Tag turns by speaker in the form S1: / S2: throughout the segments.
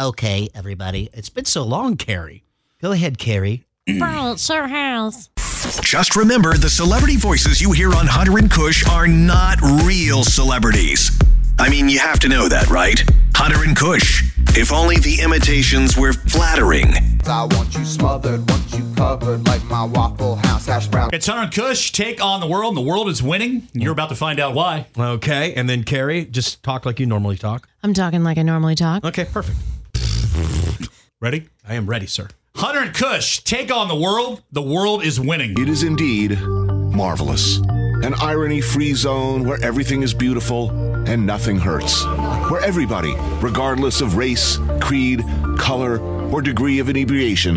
S1: Okay, everybody. It's been so long, Carrie. Go ahead, Carrie.
S2: Bro, it's your house.
S3: Just remember the celebrity voices you hear on Hunter and Kush are not real celebrities. I mean, you have to know that, right? Hunter and Kush. If only the imitations were flattering.
S4: I want you smothered, want you covered like my Waffle House hash brown.
S5: It's Hunter and Kush take on the world, and the world is winning. You're about to find out why.
S6: Okay, and then Carrie, just talk like you normally talk.
S2: I'm talking like I normally talk.
S6: Okay, perfect.
S5: Ready?
S6: I am ready, sir.
S5: Hunter and Kush take on the world. The world is winning.
S7: It is indeed marvelous. An irony free zone where everything is beautiful and nothing hurts. Where everybody, regardless of race, creed, color, or degree of inebriation,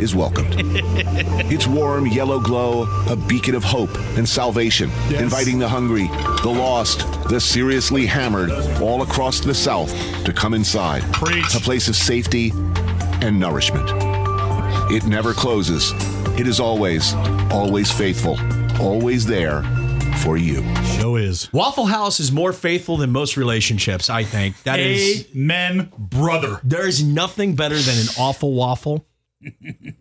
S7: is welcomed. its warm yellow glow, a beacon of hope and salvation, inviting the hungry, the lost, the seriously hammered all across the South to come inside.
S5: Preach.
S7: A place of safety and nourishment. It never closes. It is always, always faithful, always there for you.
S5: Show is.
S6: Waffle House is more faithful than most relationships, I think. That is,
S5: Amen, brother.
S6: there is nothing better than an awful waffle.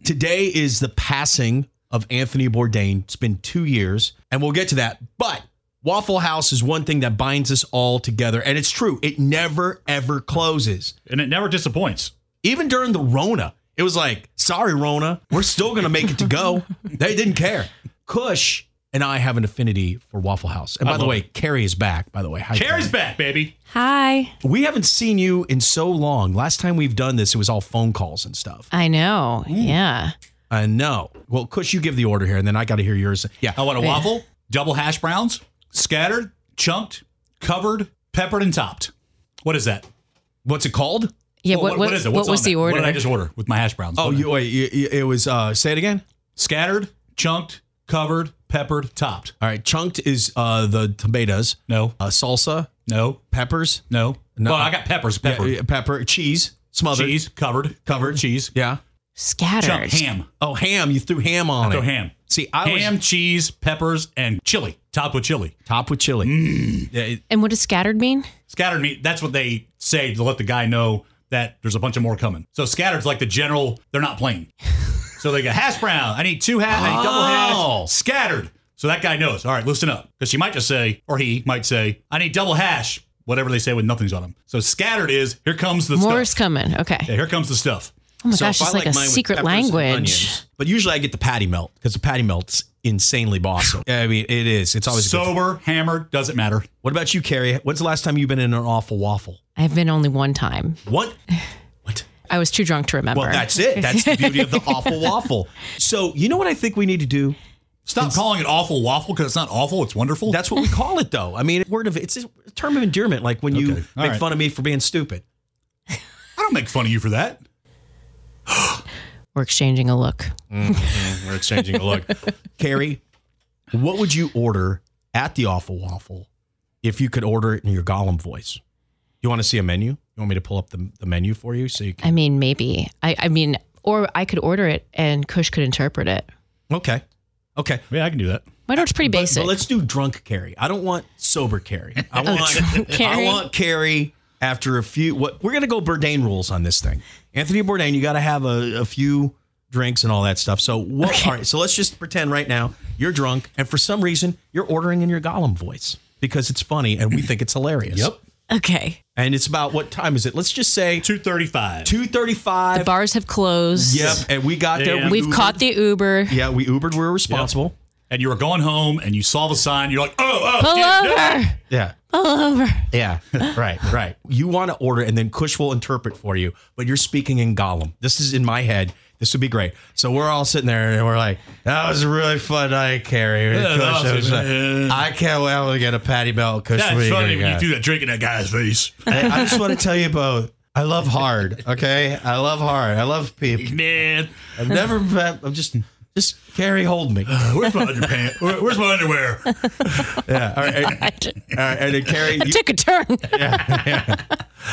S6: Today is the passing of Anthony Bourdain. It's been two years, and we'll get to that. But Waffle House is one thing that binds us all together, and it's true. It never, ever closes.
S5: And it never disappoints.
S6: Even during the Rona, it was like, sorry, Rona, we're still going to make it to go. they didn't care. Kush and I have an affinity for Waffle House. And by the
S5: love
S6: way, Carrie is back, by the way. Hi,
S5: Carrie's back, baby.
S2: Hi.
S6: We haven't seen you in so long. Last time we've done this, it was all phone calls and stuff.
S2: I know. Yeah.
S6: I know. Well, Kush, you give the order here, and then I got to hear yours. Yeah.
S5: I want a waffle, double hash browns, scattered, chunked, covered, peppered, and topped. What is that?
S6: What's it called?
S2: Yeah.
S5: Well,
S2: what, what,
S5: is it?
S2: what
S5: What's
S2: was
S5: on
S2: the
S5: that?
S2: order?
S5: What did I just order with my hash browns?
S6: Oh,
S5: What-
S6: you, wait, you, you- it was. uh Say it again.
S5: scattered, chunked, covered, peppered, topped.
S6: All right. Chunked is uh the tomatoes,
S5: No,
S6: uh, salsa,
S5: no,
S6: peppers,
S5: no.
S6: No.
S5: Well, I got peppers, peppered,
S6: yeah, pepper, cheese, smothered,
S5: cheese, covered,
S6: covered,
S5: cheese,
S6: Yeah.
S2: Scattered.
S5: chunked, ham.
S6: Oh, ham. You threw ham on it.
S5: Go ham.
S6: See, I was
S5: ham, cheese, peppers, and chili. Topped with chili.
S6: top with chili.
S5: Mm.
S6: Yeah, it-
S2: And what does scattered mean?
S5: Scattered meat, that's what they say to let the guy know that there's a bunch of more coming. So scattered's like the general, they're not playing. so they got hash brown. I need two hash, I need double
S6: Oh.
S5: hash. Scattered. So that guy knows. All right, listen up. Because she might just say, or he might say, I need double hash, whatever they say with nothing's on them. So scattered is, here comes the
S2: More's
S5: stuff.
S2: coming. Okay.
S5: Yeah, here comes the stuff.
S2: Oh my
S6: so
S2: gosh,
S6: if I
S2: it's like, a
S6: mine with
S2: secret
S6: peppers and
S2: language.
S6: onions- But usually I get the patty melt because the patty melt's insanely bossy. I mean, it is. It's always a good time.
S5: Sober, hammered, doesn't matter.
S6: What about you, Carrie? When's the last time you've been in an awful waffle?
S2: I've been only one time.
S6: What?
S2: I was too drunk to remember.
S6: Well, that's it. That's the beauty of the awful waffle. So, you know what I think we need to do?
S5: Stop calling it awful waffle because it's not awful, it's wonderful.
S6: That's what we call it, though. I mean, word of it's a term of endearment, like when you
S5: Okay. All
S6: make
S5: right.
S6: fun of me for being stupid.
S5: I don't make fun of you for that.
S2: We're exchanging a look.
S5: Mm,
S6: We're exchanging a look. Carrie, what would you order at the awful waffle if you could order it in your Gollum voice? You want to see a menu? You want me to pull up the, the menu for you so you can?
S2: I mean, maybe. I, I mean, or I could order it and Kush could interpret it.
S6: Okay. Okay.
S5: Yeah, I can do that.
S2: My order's pretty
S6: But-
S2: basic.
S6: But, let's do drunk Carrie. I don't want sober Carrie. I
S2: Oh, drunk
S6: want
S2: Carrie.
S6: I want Carrie after a few. What we're gonna go Bourdain rules on this thing. Anthony Bourdain, you got to have a, a few drinks and all that stuff. So what? All right. So let's just pretend right now you're drunk, and for some reason you're ordering in your Gollum voice because it's funny and we think it's hilarious.
S5: Yep.
S2: okay.
S6: And it's about what time is it? Let's just say
S5: 235.
S6: two
S2: The
S6: thirty-five.
S2: bars have closed.
S6: Yep. And we got there.
S5: Yeah.
S6: We
S2: We've
S6: Ubered.
S2: caught the Uber.
S6: Yeah, we Ubered. We were responsible.
S5: and you were going home and you saw the sign, you're like, oh, oh,
S2: Pull
S5: dude, no.
S2: over.
S6: Yeah.
S2: Pull over.
S6: Yeah, right, right. You want to order, and then Kush will interpret for you, but you're speaking in Gollum. This is in my head. This would be great. So we're all sitting there, and we're like, "That was a really fun night, Carrie."
S5: Yeah, that
S6: Kush, it
S5: was-
S6: was fun. I can't wait to get a patty belt, Kush. what are
S5: That's
S6: you
S5: funny
S6: gonna
S5: when you
S6: get?
S5: do that drink in that guy's face.
S6: I, I just want to tell you about. I love hard. Okay, I love hard. I love people.
S5: Man,
S6: I've never. Met, I'm just, just Carrie, hold me.
S5: Uh, where's my underpants? Where, where's my underwear?
S6: Yeah. All right. and-
S2: I t-
S6: all right, and then Carrie, you,
S2: took a turn.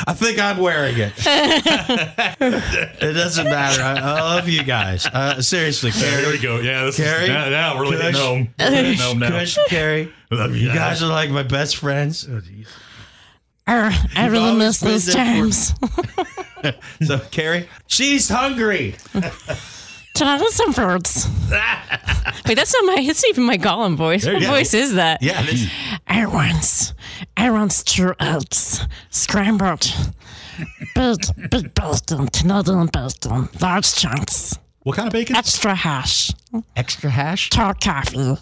S6: I think I'm wearing it. it doesn't matter. I, I love you guys. Uh, seriously,
S5: There
S6: Carrie.
S5: we go. Yeah, this
S6: Carrie?
S5: is, now, now we're really
S6: Kush?
S5: hitting home. We're hitting home now.
S6: Kush, Carrie.
S5: Love
S6: You guys are like my best friends.
S2: I really
S5: always
S2: miss those
S5: been there for me.
S2: times.
S5: So Carrie, she's hungry.
S2: Can I have some fruits? Wait, that's not my. That's not even my Gollum voice.
S5: There
S2: What
S5: you go.
S2: voice is that?
S5: Yeah, this,
S2: I want, I want two oats, scrambled, big, big bacon, Canadian bacon, large chunks,
S8: What kind of bacon?
S2: extra hash,
S1: Extra hash?
S2: tall coffee,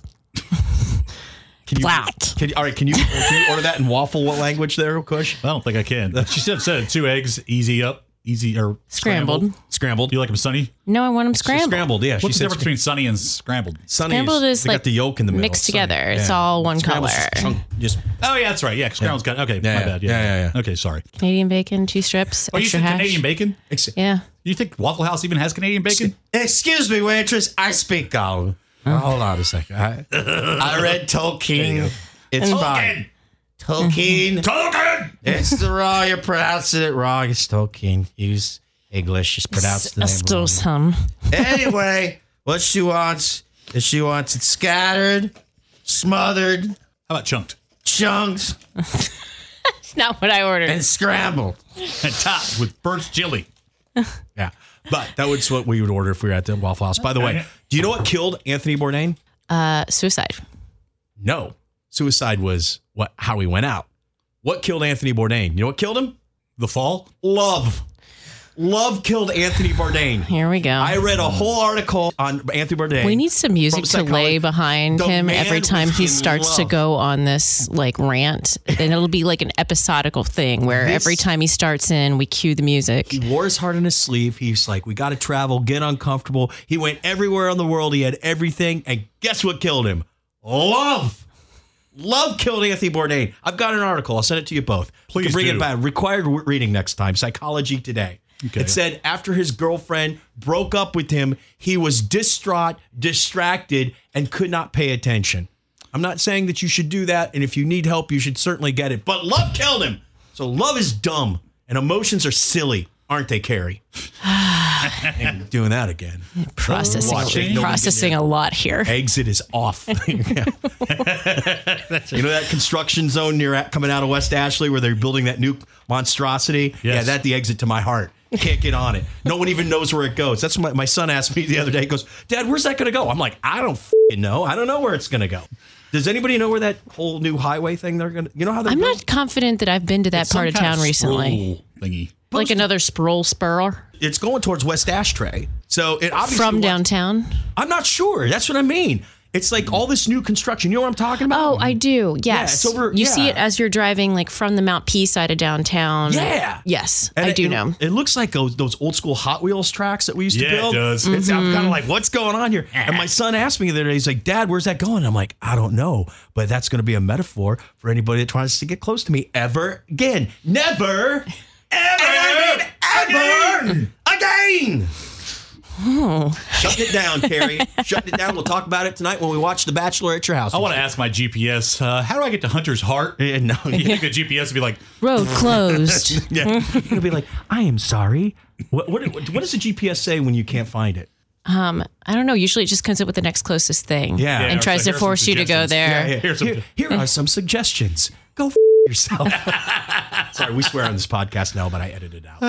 S5: can you,
S2: Flat.
S5: Can you, all right, can you, can you order that in waffle? What language there, Kush?
S8: I don't think I can. She said, said two eggs, easy up, easy or
S2: Scrambled.
S5: Scrambled.
S8: You like them sunny?
S2: No, I want them scrambled.
S5: Scrambled. Yeah,
S8: What's
S5: she
S8: the
S5: said
S8: difference between sunny and scrambled?
S5: Sunny
S2: Scrambled is
S5: they
S2: like
S5: got the yolk in the middle.
S2: mixed
S5: Sunny.
S2: together. It's all one
S5: Scramble's
S2: color.
S5: just chunk- just
S8: Oh yeah, that's right. Yeah, scrambled got okay.
S5: Yeah,
S8: my
S5: yeah.
S8: bad. Yeah.
S5: Yeah, yeah, yeah.
S8: Okay, sorry.
S2: Canadian bacon, cheese strips,
S8: Oh, you
S2: extra
S8: said
S2: hash.
S8: Canadian bacon?
S5: Ex-
S2: Yeah.
S8: You think Waffle House even has Canadian bacon?
S5: Excuse me, waitress. I speak Gollum. Hold on a second. I, I read Tolkien. It's fine. Tolkien.
S8: Tolkien.
S5: it's the raw. You're pronouncing it wrong. It's Tolkien. Use English. Just pronounce the name wrong.
S2: some.
S5: Anyway, what she wants is she wants it scattered, smothered,
S8: How about chunked?
S5: chunks,
S2: It's not what I ordered.
S5: and scrambled.
S8: And topped with burnt chili.
S5: Yeah. But that was what we would order if we were at the Waffle House. By the way, do you know what killed Anthony Bourdain?
S2: Uh, suicide.
S5: No. Suicide was what how he went out. What killed Anthony Bourdain? You know what killed him?
S8: The fall?
S5: Love. Love killed Anthony Bourdain.
S2: Here we go.
S5: I read a whole article on Anthony Bourdain.
S2: we need some music to
S5: From
S2: lay
S5: psychology.
S2: behind
S5: The
S2: him
S5: man
S2: every time
S5: was
S2: he
S5: in
S2: starts to
S5: love.
S2: go on this like rant, and it'll be like an episodical thing where
S5: This-
S2: every time he starts in, we cue the music.
S5: He wore his heart on his sleeve. He's like, we got to travel, get uncomfortable. He went everywhere in the world. He had everything. And guess what killed him? Love. Love killed Anthony Bourdain. I've got an article. I'll send it to you both. We can
S8: Please
S5: bring
S8: do.
S5: it back. Required w- reading next time. Psychology Today. It said after his girlfriend broke up with him, he was distraught, distracted, and could not pay attention. I'm not saying that you should do that, and if you need help, you should certainly get it. But love killed him. So love is dumb, and emotions are silly, aren't they, Carrie? Ain't doing that again.
S2: Processing,
S5: Watching.
S2: processing a lot here.
S5: Exit is off. you know that construction zone near at, coming out of West Ashley where they're building that new monstrosity? Yeah,
S8: Yes.
S5: that the exit to my heart. Can't get on it. No one even knows where it goes. That's what my, my son asked me the other day. He goes, Dad, where's that going to go? I'm like, I don't fing know. I don't know where it's going to go. Does anybody know where that whole new highway thing they're going to, you know how they're
S2: I'm
S5: doing-
S2: not confident that I've been to that
S8: Some
S2: part of
S8: kind
S2: town recently.
S8: scroll Thingy.
S2: Like another sproul spur
S5: It's going towards West Ashtray. So it obviously
S2: from
S5: wants-
S2: downtown.
S5: I'm not sure. That's what I mean. It's like all this new construction. You know what I'm talking about?
S2: Oh, I do. Yes.
S5: it's over-
S2: you see
S5: yeah.
S2: it as you're driving like from the Mount P side of downtown.
S5: Yeah.
S2: Yes.
S5: And
S2: I
S5: it-
S2: do
S5: it,
S2: know.
S5: It looks like those, those old school Hot Wheels tracks that we used
S8: Yeah,
S5: to
S8: it
S5: build.
S8: does.
S5: It's, I'm
S2: Mm-hmm.
S5: kind of like, what's going on here? And my son asked me the other day, he's like, Dad, where's that going? I'm like, I don't know, but that's going to be a metaphor for anybody that tries to get close to me ever again. Never, ever, ever again.
S2: Oh.
S5: Shutting it down, Carrie. Shutting it down. We'll talk about it tonight when we watch The Bachelor at your house.
S8: I want to ask my GPS, uh, how do I get to Hunter's Heart?
S5: Yeah, no,
S8: You think the GPS would be like,
S2: Road closed.
S5: yeah. It'll be like, I am sorry. What, what, what does the GPS say when you can't find it?
S2: I don't know. Usually it just comes up with the next closest thing.
S5: Yeah.
S2: And
S8: Yeah,
S2: tries
S8: so
S2: to
S8: here's
S2: force
S8: some
S2: you to go
S8: suggestions.
S2: there.
S8: Yeah, Here's some-
S5: here, here are some suggestions. Go f- yourself. Sorry, we swear on this podcast now, but I edited it out.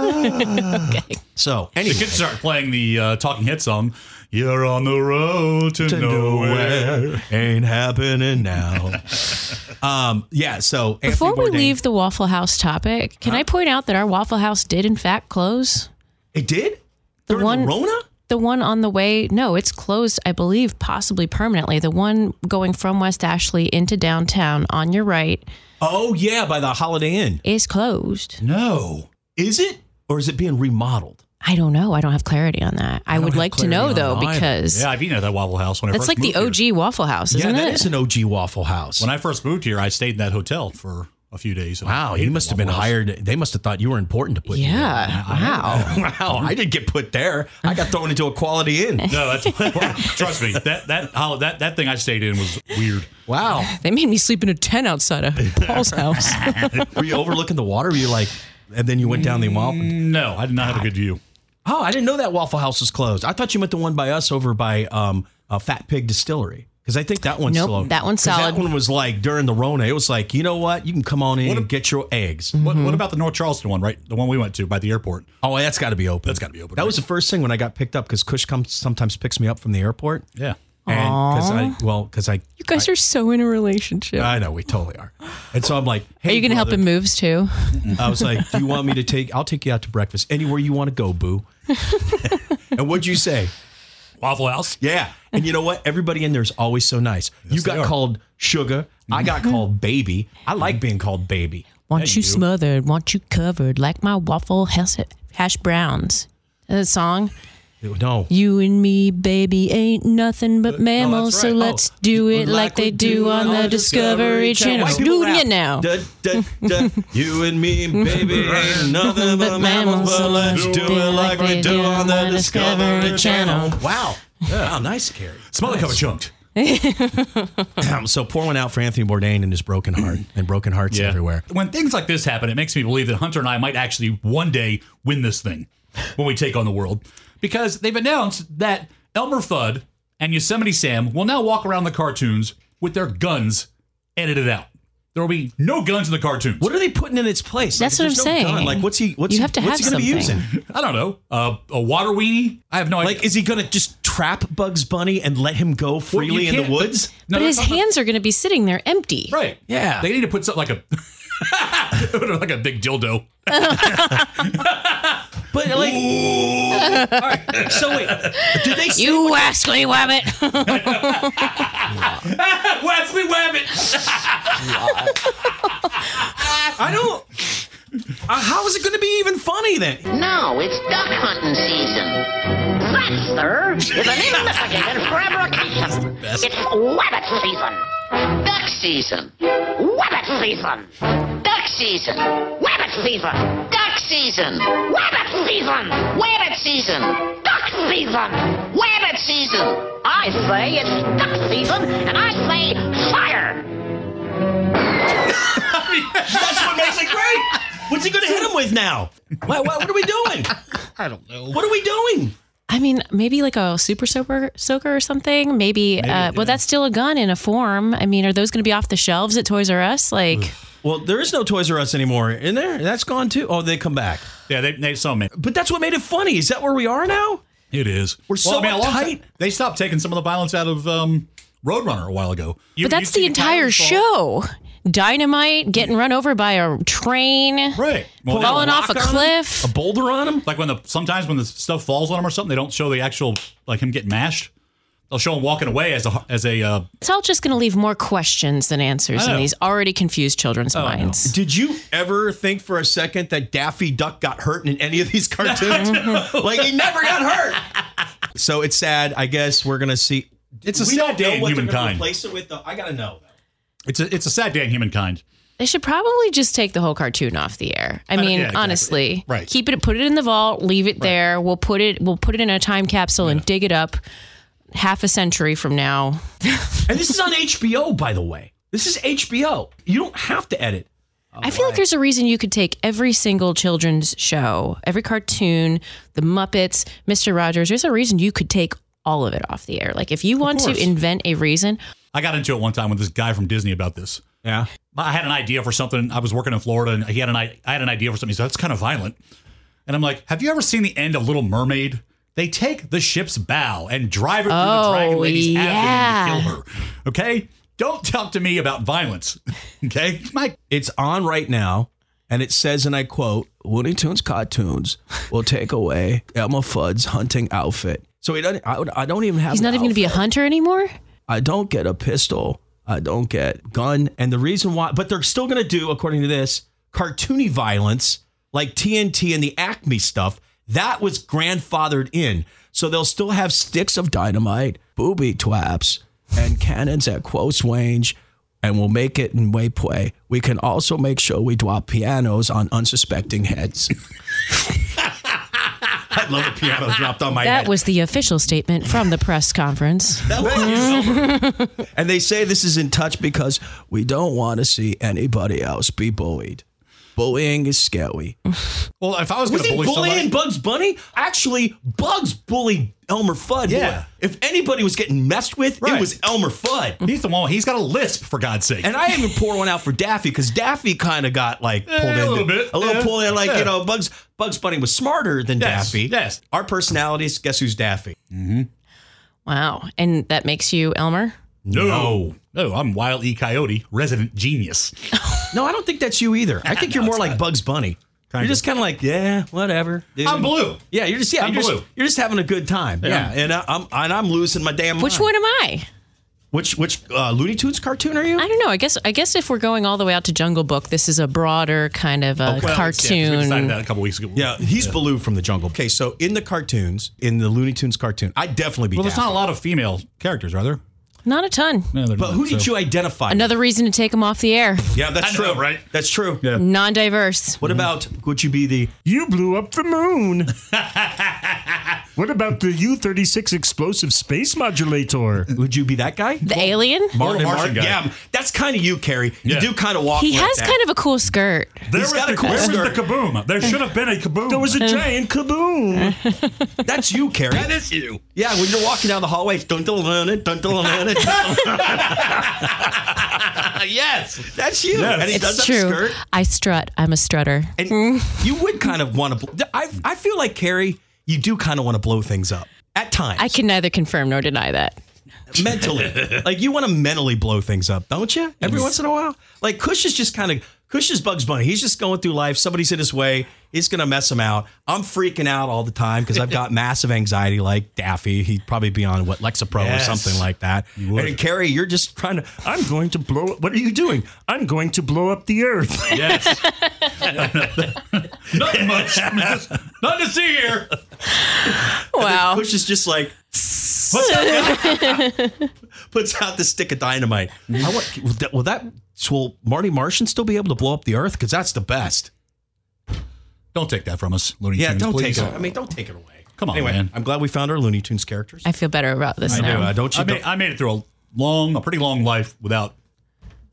S5: So,
S8: the
S5: anyway,
S8: kids start playing the uh, Talking Head song. You're on the road to, nowhere.
S5: ain't happening now. um, yeah. So Anthony
S2: Before we
S5: Bourdain-
S2: leave the Waffle House topic, can I point out that our Waffle House did in fact close?
S5: it did the
S2: one-
S5: Rona.
S2: The one on the way, no, it's closed, I believe, possibly permanently. The one going from West Ashley into downtown on your right
S5: Oh yeah, by the Holiday Inn.
S2: is closed.
S8: No.
S5: Is it or is it being remodeled?
S2: I don't know. I don't have clarity on that. I, would
S5: have
S2: like to
S5: clarity
S2: know
S5: on
S2: though,
S5: that either.
S2: because
S8: Yeah, I've eaten at that Waffle House when I
S2: that's
S8: first
S2: like the
S8: moved here.
S2: OG Waffle House, isn't
S5: yeah, that
S2: it?
S5: is an OG Waffle House.
S8: When I first moved here, I stayed in that hotel for a few days.
S5: wow, you must have been hired. They must have thought you were important to put. you there.
S2: yeah. Wow.
S5: Wow, I didn't get put there. I got thrown into a quality inn.
S8: No, that's, trust me. That that hol- that that thing I stayed in was weird.
S5: Wow.
S2: They made me sleep in a tent outside of Paul's house.
S5: Were you overlooking the water? Were you like, and then you went down the waffle?
S8: No, I did not have a good view.
S5: Mm-hmm. Oh, I didn't know that Waffle House was closed. I thought you meant the one by us over by um, uh, Fat Pig Distillery. 'Cause Because I think that one's
S2: Nope,
S5: slow.
S2: that one's
S5: 'Cause
S2: solid.
S5: That one was like during the Rona. It was like, you know what? You can come on in
S8: What
S5: and
S8: ab-
S5: get your eggs.
S2: Mm-hmm.
S8: What, what about the North Charleston one, right? The one we went to by the airport.
S5: Oh, that's got to be open.
S8: That's gotta be open,
S5: That
S8: right?
S5: was the first thing when I got picked up because Kush comes sometimes picks me up from the airport.
S8: Yeah.
S5: And because I, well, because I,
S9: You guys are so in a relationship.
S5: I know we totally are. And so I'm like, hey,
S9: are you going to help
S5: brother.
S9: him moves too?
S5: I was like, do you want me to take, I'll take you out to breakfast anywhere you want to go, boo. and what'd you say?
S8: Waffle House.
S5: Yeah. And you know what? Everybody in there is always so nice. you
S8: they
S5: got
S8: are.
S5: called sugar. I got called baby. I like being called baby.
S2: Mm-hmm. Want you smothered, want you covered, like my waffle hash, hash browns. And the song,
S5: No.
S2: You and me, baby, ain't nothing
S5: Uh,
S2: but mammals, so
S8: right.
S5: Oh,
S2: let's do it like they do on the Discovery Channel. Do it again now.
S5: Da, da, da. you and me, baby, ain't nothing but mammals. But let's do it like we do on the Discovery Channel. Wow. Wow, nice, Carrie.
S8: Smelly cover chunked.
S5: so pour one out for Anthony Bourdain and his broken heart and broken hearts everywhere.
S8: When things like this happen, it makes me believe that Hunter and I might actually one day win this thing when we take on the world. Because they've announced that Elmer Fudd and Yosemite Sam will now walk around the cartoons with their guns edited out. There will be no guns in the cartoons.
S5: What are they putting in its place?
S2: That's what
S5: there's
S2: I'm
S5: no gun.
S2: saying.
S5: Like, what's he? What's
S2: You
S5: he,
S2: have to
S5: what's
S2: have
S5: he gonna
S2: something.
S5: be using?
S8: I don't know. Uh, a water weenie? I have no idea.
S5: Like, is he gonna just trap Bugs Bunny and let him go
S8: Well, you
S5: freely in the
S8: can't-
S5: woods?
S8: No,
S2: but
S8: they're
S2: his
S8: talking-
S2: hands are going to be sitting there empty.
S8: Right.
S5: Yeah.
S8: They need to put something like a like a big dildo.
S5: But like, All right, so wait, did they? say-
S2: You rascally wabbit.
S8: Wesley Wabbit.
S5: I don't. Uh, how is it going to be even funny then?
S10: No, it's duck hunting season. That, sir, is an insignificant fabrication. It's wabbit season. Duck season. Wabbit season. Duck season. Wabbit season. Duck season. Wabbit season. Wabbit season. Duck season. Wabbit season. I say it's duck season, and I say fire.
S5: That's what makes it great. What's he going to hit him with now? What, what, what are we doing?
S1: I don't know.
S5: What are we doing?
S2: I mean, maybe like a super soaker, soaker or something. Maybe. uh, Well, that's still a gun in a form. I mean, are those going to be off the shelves at Toys R Us? Like,
S5: Well, there is no Toys R Us anymore in there. That's gone too. Oh, they come back.
S8: Yeah, they, they saw me.
S5: But that's what made it funny. Is that where we are now?
S8: It is.
S5: We're so
S8: a long
S5: uptight.
S8: time- they stopped taking some of the violence out of um, Roadrunner a while ago. You-
S2: but that's
S8: you
S2: the
S8: see
S2: entire
S8: towers fall-
S2: show. Dynamite getting run over by a train,
S8: Right. Well,
S2: falling
S8: they-
S2: off a
S5: Rock on?
S2: cliff.
S5: A boulder on him?
S8: Like when the sometimes when the stuff falls on him or something, they don't show the actual like him getting mashed. They'll show him walking away as a as a uh,
S2: It's all just going to leave more questions than answers in
S8: know.
S2: these already confused children's minds.
S5: Did you ever think for a second that Daffy Duck got hurt in any of these cartoons? like he never got hurt. So it's sad. I guess we're gonna see.
S8: It's a sad day in humankind.
S5: Replace it with though. I gotta know.
S8: it's a it's a sad day in humankind.
S2: They should probably just take the whole cartoon off the air. I mean,
S8: Uh, yeah, exactly.
S2: honestly,
S8: Right.
S2: Keep it, put it in the vault, leave it there. We'll put it, we'll put it in a time capsule and dig it up half a century from now.
S5: And this is on HBO, by the way. This is HBO. You don't have to edit.
S2: I feel like there's a reason you could take every single children's show, every cartoon, The Muppets, Mister Rogers. There's a reason you could take all of it off the air. Like if you want to
S8: course.
S2: invent a reason,
S8: I got into it one time with this guy from Disney about this.
S5: Yeah.
S8: I had an idea for something. I was working in Florida, and he had an I I had an idea for something. He said that's kind of violent, and I'm like, have you ever seen the end of Little Mermaid? They take the ship's bow and drive it through
S2: Oh,
S8: the dragon lady's abdomen to
S2: yeah.
S8: kill her. Okay, don't talk to me about violence. Okay, my
S5: It's on right now, and it says, and I quote, Looney Tunes cartoons will take away Elmer Fudd's hunting outfit. So he doesn't, I, would- I don't even have
S2: he's not
S5: an
S2: even going to be a hunter anymore.
S5: I don't get a pistol. I don't get gun. And the reason why, but they're still going to do, according to this, cartoony violence like TNT and the Acme stuff. That was grandfathered in. So they'll still have sticks of dynamite, booby traps, and cannons at close range. And we'll make it in way play. We can also make sure we drop pianos on unsuspecting heads. I love a piano dropped on my
S2: That was the official statement from the press conference.
S5: And they say this is in touch because we don't want to see anybody else be bullied. bullying is scary.
S8: Well, if I was
S5: Was
S8: going to
S5: he
S8: bully
S5: bullying
S8: somebody,
S5: Bugs Bunny? Actually, Bugs bullied Elmer Fudd.
S8: Yeah.
S5: Boy, if anybody was getting messed with,
S8: Right.
S5: it was Elmer Fudd.
S8: he's the one. He's got a lisp for God's sake.
S5: And I even poured one out for Daffy because Daffy kind of got like pulled
S8: a
S5: in
S8: little bit,
S5: Eh, a little
S8: yeah,
S5: pulled in. Like
S8: yeah.
S5: you know, Bugs Bugs Bunny was smarter than
S8: Yes,
S5: Daffy.
S8: yes.
S5: our personalities. Guess who's Daffy?
S2: Wow. And that makes you Elmer?
S8: no. no, I'm Wild E. Coyote, resident genius.
S5: No, I don't think that's you either. I think you're more like Bugs Bunny. You're just kind of like yeah, whatever. dude.
S8: I'm blue.
S5: Yeah, you're just yeah,
S8: I'm
S5: you're,
S8: blue.
S5: Just, you're just having a good time. Yeah, and I, I'm and I'm losing my damn.
S2: Which
S5: mind.
S2: one am I?
S5: Which which uh, Looney Tunes cartoon are you?
S2: I don't know. I guess I guess if we're going all the way out to Jungle Book, this is a broader kind of a
S8: Oh, Well, it's- yeah, 'cause we decided
S2: cartoon.
S8: that a couple weeks ago.
S5: yeah, he's Baloo from the Jungle. Okay, so in the cartoons, in the Looney Tunes cartoon, I'd definitely be.
S8: Well, there's
S5: Daffy.
S8: not a lot of female characters, are there?
S2: Not a ton.
S8: No, there
S5: But who did you identify?
S2: Another reason to take them off the air.
S5: Yeah, that's
S8: I
S5: true,
S8: know, right?
S5: That's true.
S8: Yeah.
S2: Non-diverse.
S5: What about would you be the you blew up the moon?
S11: What about the U 36 explosive space modulator?
S5: Would you be that guy?
S2: The alien.
S5: Martin-
S8: Martin, Martian guy.
S5: Yeah, that's kind of you, Carrie.
S8: Yeah.
S5: You do kind of walk.
S2: He
S5: like
S2: has
S5: that.
S2: kind of a cool skirt.
S8: There
S5: He's
S8: was
S5: got
S8: the,
S5: a cool
S8: where was
S5: skirt.
S8: the kaboom. There should have been a kaboom.
S11: There was
S2: Uh,
S11: a giant kaboom.
S5: That's you, Carrie.
S8: That is you.
S5: yeah, when you're walking down the hallway, dun dun dun dun dun dun dun, dun.
S8: yes.
S5: That's you.
S8: Yes.
S5: And he does
S2: It's
S5: have
S2: true.
S5: a skirt.
S2: I strut. I'm a strutter.
S5: And you would kind of want to. Bl- I I feel like Carrie, you do kind of want to blow things up at times.
S2: I can neither confirm nor deny that.
S5: mentally. like you want to mentally blow things up, don't you? Every once in a while. Like Kush is just kind of Kush is Bugs Bunny. He's just going through life. Somebody's in his way. He's gonna mess him out. I'm freaking out all the time because I've got massive anxiety, like Daffy. He'd probably be on what Lexapro
S8: Yes.
S5: or something like that. And Carrie, you're just trying to.
S11: I'm going to blow. What are you doing? I'm going to blow up the earth.
S8: Yes. Not much. Nothing to see here.
S2: Wow.
S5: Kush is just like puts out the stick of dynamite. I want, will that- will that will Marty Martian still be able to blow up the Earth? Because that's the best.
S8: Don't take that from us, Looney
S5: Yeah,
S8: Tunes,
S5: don't
S8: please.
S5: take it. I mean, don't take it away.
S8: Come on,
S5: anyway,
S8: man.
S5: I'm glad we found our Looney Tunes characters.
S2: I feel better about this
S5: I
S2: now.
S5: do. I don't
S8: I
S5: you?
S8: made, I made it through a long, a pretty long life without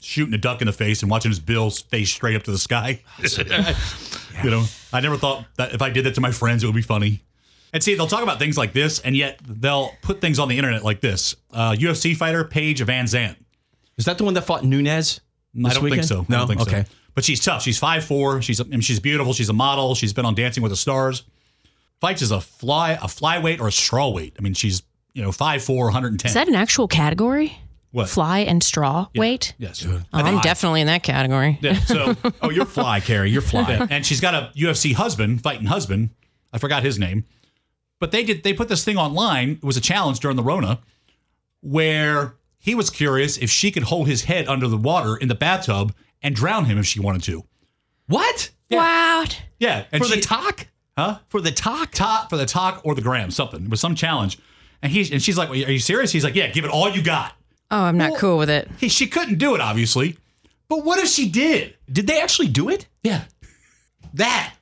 S8: shooting a duck in the face and watching his bill stay straight up to the sky. You know, I never thought that if I did that to my friends, it would be funny. And see, they'll talk about things like this, and yet they'll put things on the internet like this. Uh, UFC fighter Paige Van Zant.
S5: Is that the one that fought Nunez?
S8: I
S5: this
S8: don't
S5: weekend?
S8: think so.
S5: No.
S8: I don't think so.
S5: okay.
S8: But she's tough. She's 5'4". She's I mean, she's beautiful. She's a model. She's been on Dancing with the Stars. Fights as a fly a flyweight or a strawweight. I mean, she's you know 5'4", 110.
S2: Is that an actual category?
S8: What?
S2: Fly and straw weight?
S8: Yes.
S2: Oh, I'm definitely in that category.
S8: Yeah, so,
S5: Oh, you're fly, Carrie. You're fly.
S8: yeah, and she's got a UFC husband, fighting husband. I forgot his name, but they did. They put this thing online. It was a challenge during the Rona, where he was curious if she could hold his head under the water in the bathtub and drown him if she wanted to.
S5: What?
S2: Wow.
S8: Yeah, and
S5: For the
S8: she-
S5: talk?
S8: huh?
S5: For the talk?
S8: top for the talk or the gram, something. It was some challenge. And he and she's like, "Are you serious?" He's like, "Yeah, give it all you got."
S2: Oh, I'm not
S8: Well-
S2: cool with it.
S8: He, she couldn't do it, obviously. But what if she did?
S5: Did they actually do it?
S8: Yeah, that.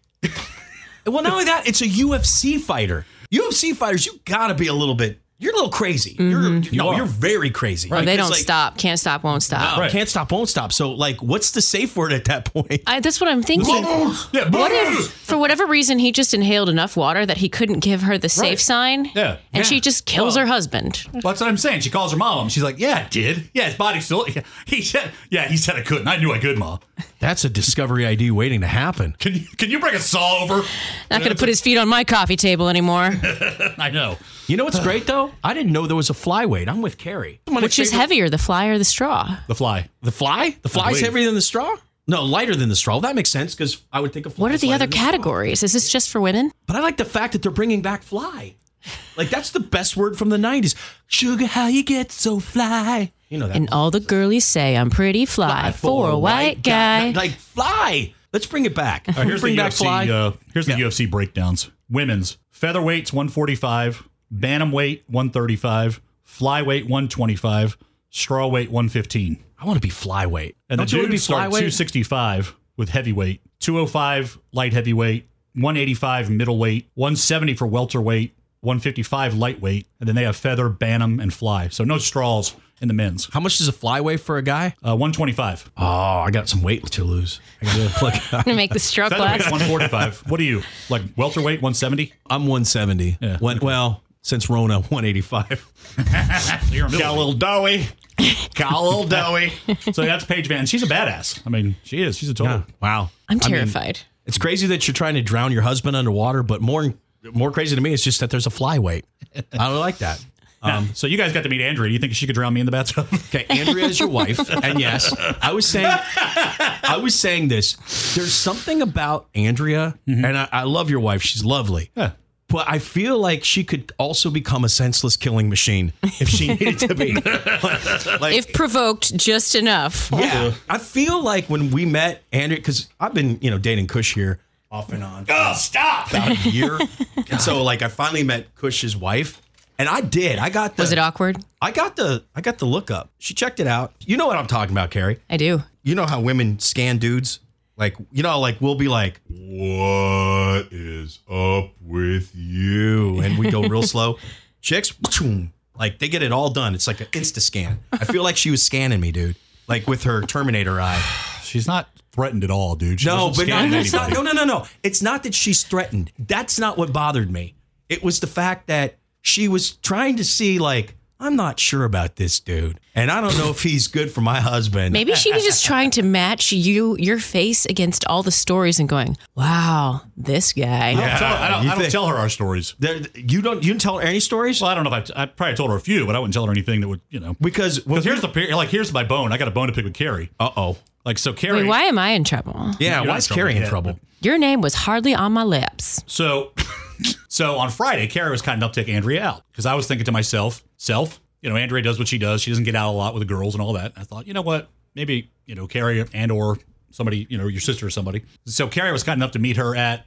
S5: Well, not only that, it's a UFC fighter. UFC fighters, you gotta be a little bit. You're a little crazy. You're, no,
S8: are.
S5: you're very crazy.
S2: Oh, they
S5: It's
S2: don't
S5: like,
S2: stop. Can't stop, won't stop.
S5: oh,
S8: Right.
S5: Can't stop, won't stop. So, like, what's the safe word at that point?
S2: I, that's what I'm thinking.
S8: Yeah,
S2: What if, for whatever reason, he just inhaled enough water that he couldn't give her the safe sign?
S8: Yeah.
S2: And
S8: Yeah.
S2: she just kills
S8: Well-
S2: her husband.
S8: That's what I'm saying. She calls her mom. She's like, "Yeah, I did. Yeah, his body's still." Yeah, he said, "Yeah, he said I couldn't. I knew I could, ma.
S5: That's a discovery ID waiting to happen.
S8: Can you can you bring a saw over?"
S2: Not going to put his feet on my coffee table anymore,
S8: I know.
S5: You know what's great though? I didn't know there was a flyweight. I'm with Carrie. One of my
S2: which is
S5: favorite-
S2: heavier, the fly or the straw.
S8: The fly.
S5: The fly? The fly's
S8: believe.
S5: heavier than the straw? No, lighter than the straw. That makes sense because I would think of.
S2: What are the other categories? Is this just for women?
S5: But I like the fact that they're bringing back fly. Like that's the best word from the '90s. Sugar, how you get so fly? You know that.
S2: And all the girlies say I'm pretty fly, for a white guy.
S5: Like fly. Let's bring it back.
S8: All right, here's
S5: bring
S8: the
S5: back
S8: UFC.
S5: fly.
S8: Uh, here's the UFC breakdowns. Women's featherweights 145, bantamweight 135, flyweight 125, strawweight 115,
S5: I want to be flyweight.
S8: and
S5: Don't
S8: the
S5: you wanna
S8: dudes start 265 with heavyweight, 205 light heavyweight, 185 middleweight, 170 for welterweight, 155 lightweight, and then they have feather, bantam, and fly. So no straws in the men's.
S5: How much does a fly weigh for a guy?
S8: Uh, 125.
S5: Oh, I got some weight to lose. I gotta plug it up.
S2: gonna make this truck
S8: Featherweight
S2: last.
S8: 145. What are you like? Welterweight 170.
S5: I'm 170.
S8: Yeah.
S5: When, well, since Rona, 185.
S8: You're a middleweight.
S5: little doughy. Got a little doughy.
S8: So that's Paige Van. She's a badass. I mean, she is. She's a total.
S5: Wow.
S2: I'm
S5: I mean,
S2: terrified.
S5: it's crazy that you're trying to drown your husband underwater, but more more crazy to me is just that there's a fly weight. I don't like that.
S8: Um, so you guys got to meet Andrea. You think she could drown me in the bathtub?
S5: Okay, Andrea is your wife, and yes, I was saying, I was saying this. There's something about Andrea, and I, I love your wife. She's lovely,
S8: Yeah.
S5: but I feel like she could also become a senseless killing machine if she needed to be. like,
S2: if provoked just enough.
S5: yeah, I feel like when we met Andrea, because I've been you know dating Kush here off and on.
S8: oh, stop!
S5: about a year. and so like I finally met Kush's wife. And I did. I got the
S2: Was it awkward?
S5: I got the I got the lookup. She checked it out. You know what I'm talking about, Carrie.
S2: I do.
S5: You know how women scan dudes? Like, you know, like we'll be like, What is up with you? And we go real slow. Chicks, whoom, like they get it all done. It's like an insta scan. I feel like she was scanning me, dude. Like with her Terminator eye.
S8: She's not threatened at all, dude. She
S5: No,
S8: doesn't
S5: but not,
S8: scan
S5: it's not,
S8: anybody.
S5: no, no, no, no. It's not that she's threatened. That's not what bothered me. It was the fact that she was trying to see, like, I'm not sure about this dude, and I don't know if he's good for my husband.
S2: Maybe she was just trying to match you, your face against all the stories and going, wow, this guy.
S8: I don't, tell her, I don't,
S5: you
S8: I don't
S5: think-
S8: tell her our stories.
S5: There- you don't. You didn't tell her any stories
S8: Well, I don't know if I, I probably told her a few, but I wouldn't tell her anything that would, you know.
S5: because.
S8: Because here's the pe- like, here's my bone. I got a bone to pick with Carrie.
S5: uh oh.
S8: Like, so Carrie.
S2: Wait, why am I in trouble?
S5: Yeah.
S8: You're
S5: Why
S8: not
S5: is
S8: trouble
S5: Carrie in
S8: yet,
S5: trouble?
S2: Your name was hardly on my lips.
S8: So, so on Friday, Carrie was kind enough to take Andrea out because I was thinking to myself, self, you know, Andrea does what she does. She doesn't get out a lot with the girls and all that. I thought, you know what, maybe you know Carrie and or somebody, you know, your sister or somebody. So Carrie was kind enough to meet her at.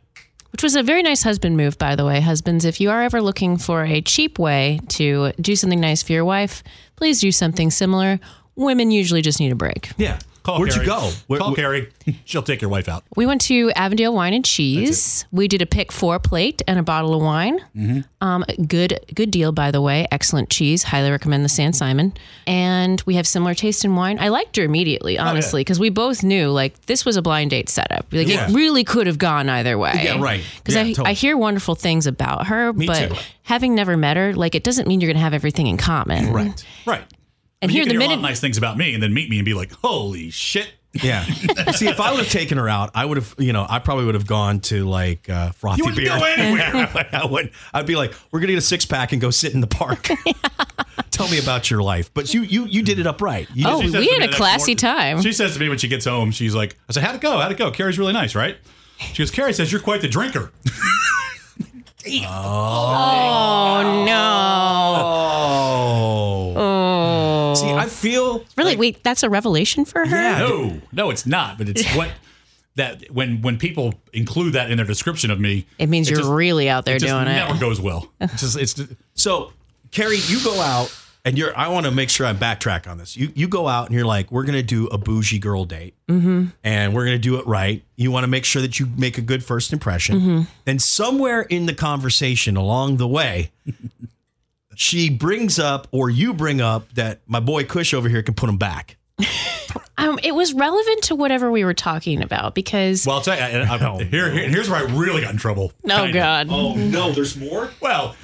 S2: Which was a very nice husband move, by the way. Husbands, if you are ever looking for a cheap way to do something nice for your wife, please do something similar. Women usually just need a break.
S5: Yeah.
S8: Call
S5: Where'd
S8: Carrie.
S5: you go? Where-
S8: Call
S5: where-
S8: Carrie. She'll take your wife out.
S2: We went to Avondale Wine and Cheese. We did a pick four plate and a bottle of wine.
S5: Mm-hmm.
S2: Um, good, good deal, by the way. Excellent cheese. Highly recommend the San Simon. And we have similar taste in wine. I liked her
S5: Oh,
S2: immediately, honestly, because we both knew like this was a blind date setup. Like
S5: Yeah.
S2: it really could have gone either way.
S5: Yeah, right.
S2: Because
S5: Yeah,
S2: I,
S5: totally.
S2: I hear wonderful things about her, but
S5: too.
S2: having never met her, like it doesn't mean you're going to have everything in common.
S5: Right.
S8: Right.
S2: And
S8: you
S2: here,
S8: can
S2: the
S8: hear a lot
S2: minute
S8: of nice things about me, and then meet me and be like, holy shit.
S5: Yeah. See, if I would have taken her out, I would have, you know, I probably would have gone to like uh, frothy
S8: You wouldn't
S5: beer.
S8: go anywhere.
S5: I would. I'd be like, we're gonna get a six pack and go sit in the park. Tell me about your life. But you, you, you did it upright. You
S2: Oh,
S8: She
S5: did-
S8: says
S2: we
S8: to
S2: had
S8: me
S2: a
S8: the next
S2: classy
S8: morning-
S2: time.
S8: She says to me when she gets home, she's like, I said, how'd it go? How'd it go? Carrie's really nice, right? She goes, Carrie says, you're quite the drinker.
S2: oh no!
S5: oh. See, I feel
S2: Really? wait, that's a revelation for her.
S5: Yeah.
S8: No, no, it's not. But it's what that when when people include that in their description of me,
S2: It means you're
S8: just-
S2: really out there
S8: it just
S2: doing
S8: never
S2: it.
S8: goes well. It's just it's
S5: so. Carrie, you go out and you're. I want to make sure I backtrack on this. You, you go out and you're like, we're gonna do a bougie girl date,
S2: Mm-hmm.
S5: and we're gonna do it right. You want to make sure that you make a good first impression.
S2: Mm-hmm.
S5: Then somewhere in the conversation along the way. She brings up, or you bring up, that my boy Kush over here can put him back.
S2: Um, it was relevant to whatever we were talking about because.
S8: well. I'll tell you, I, I, I, here, here- here's where I really got in trouble.
S2: oh
S8: Kinda.
S2: God!
S5: no, there's more.
S8: Well,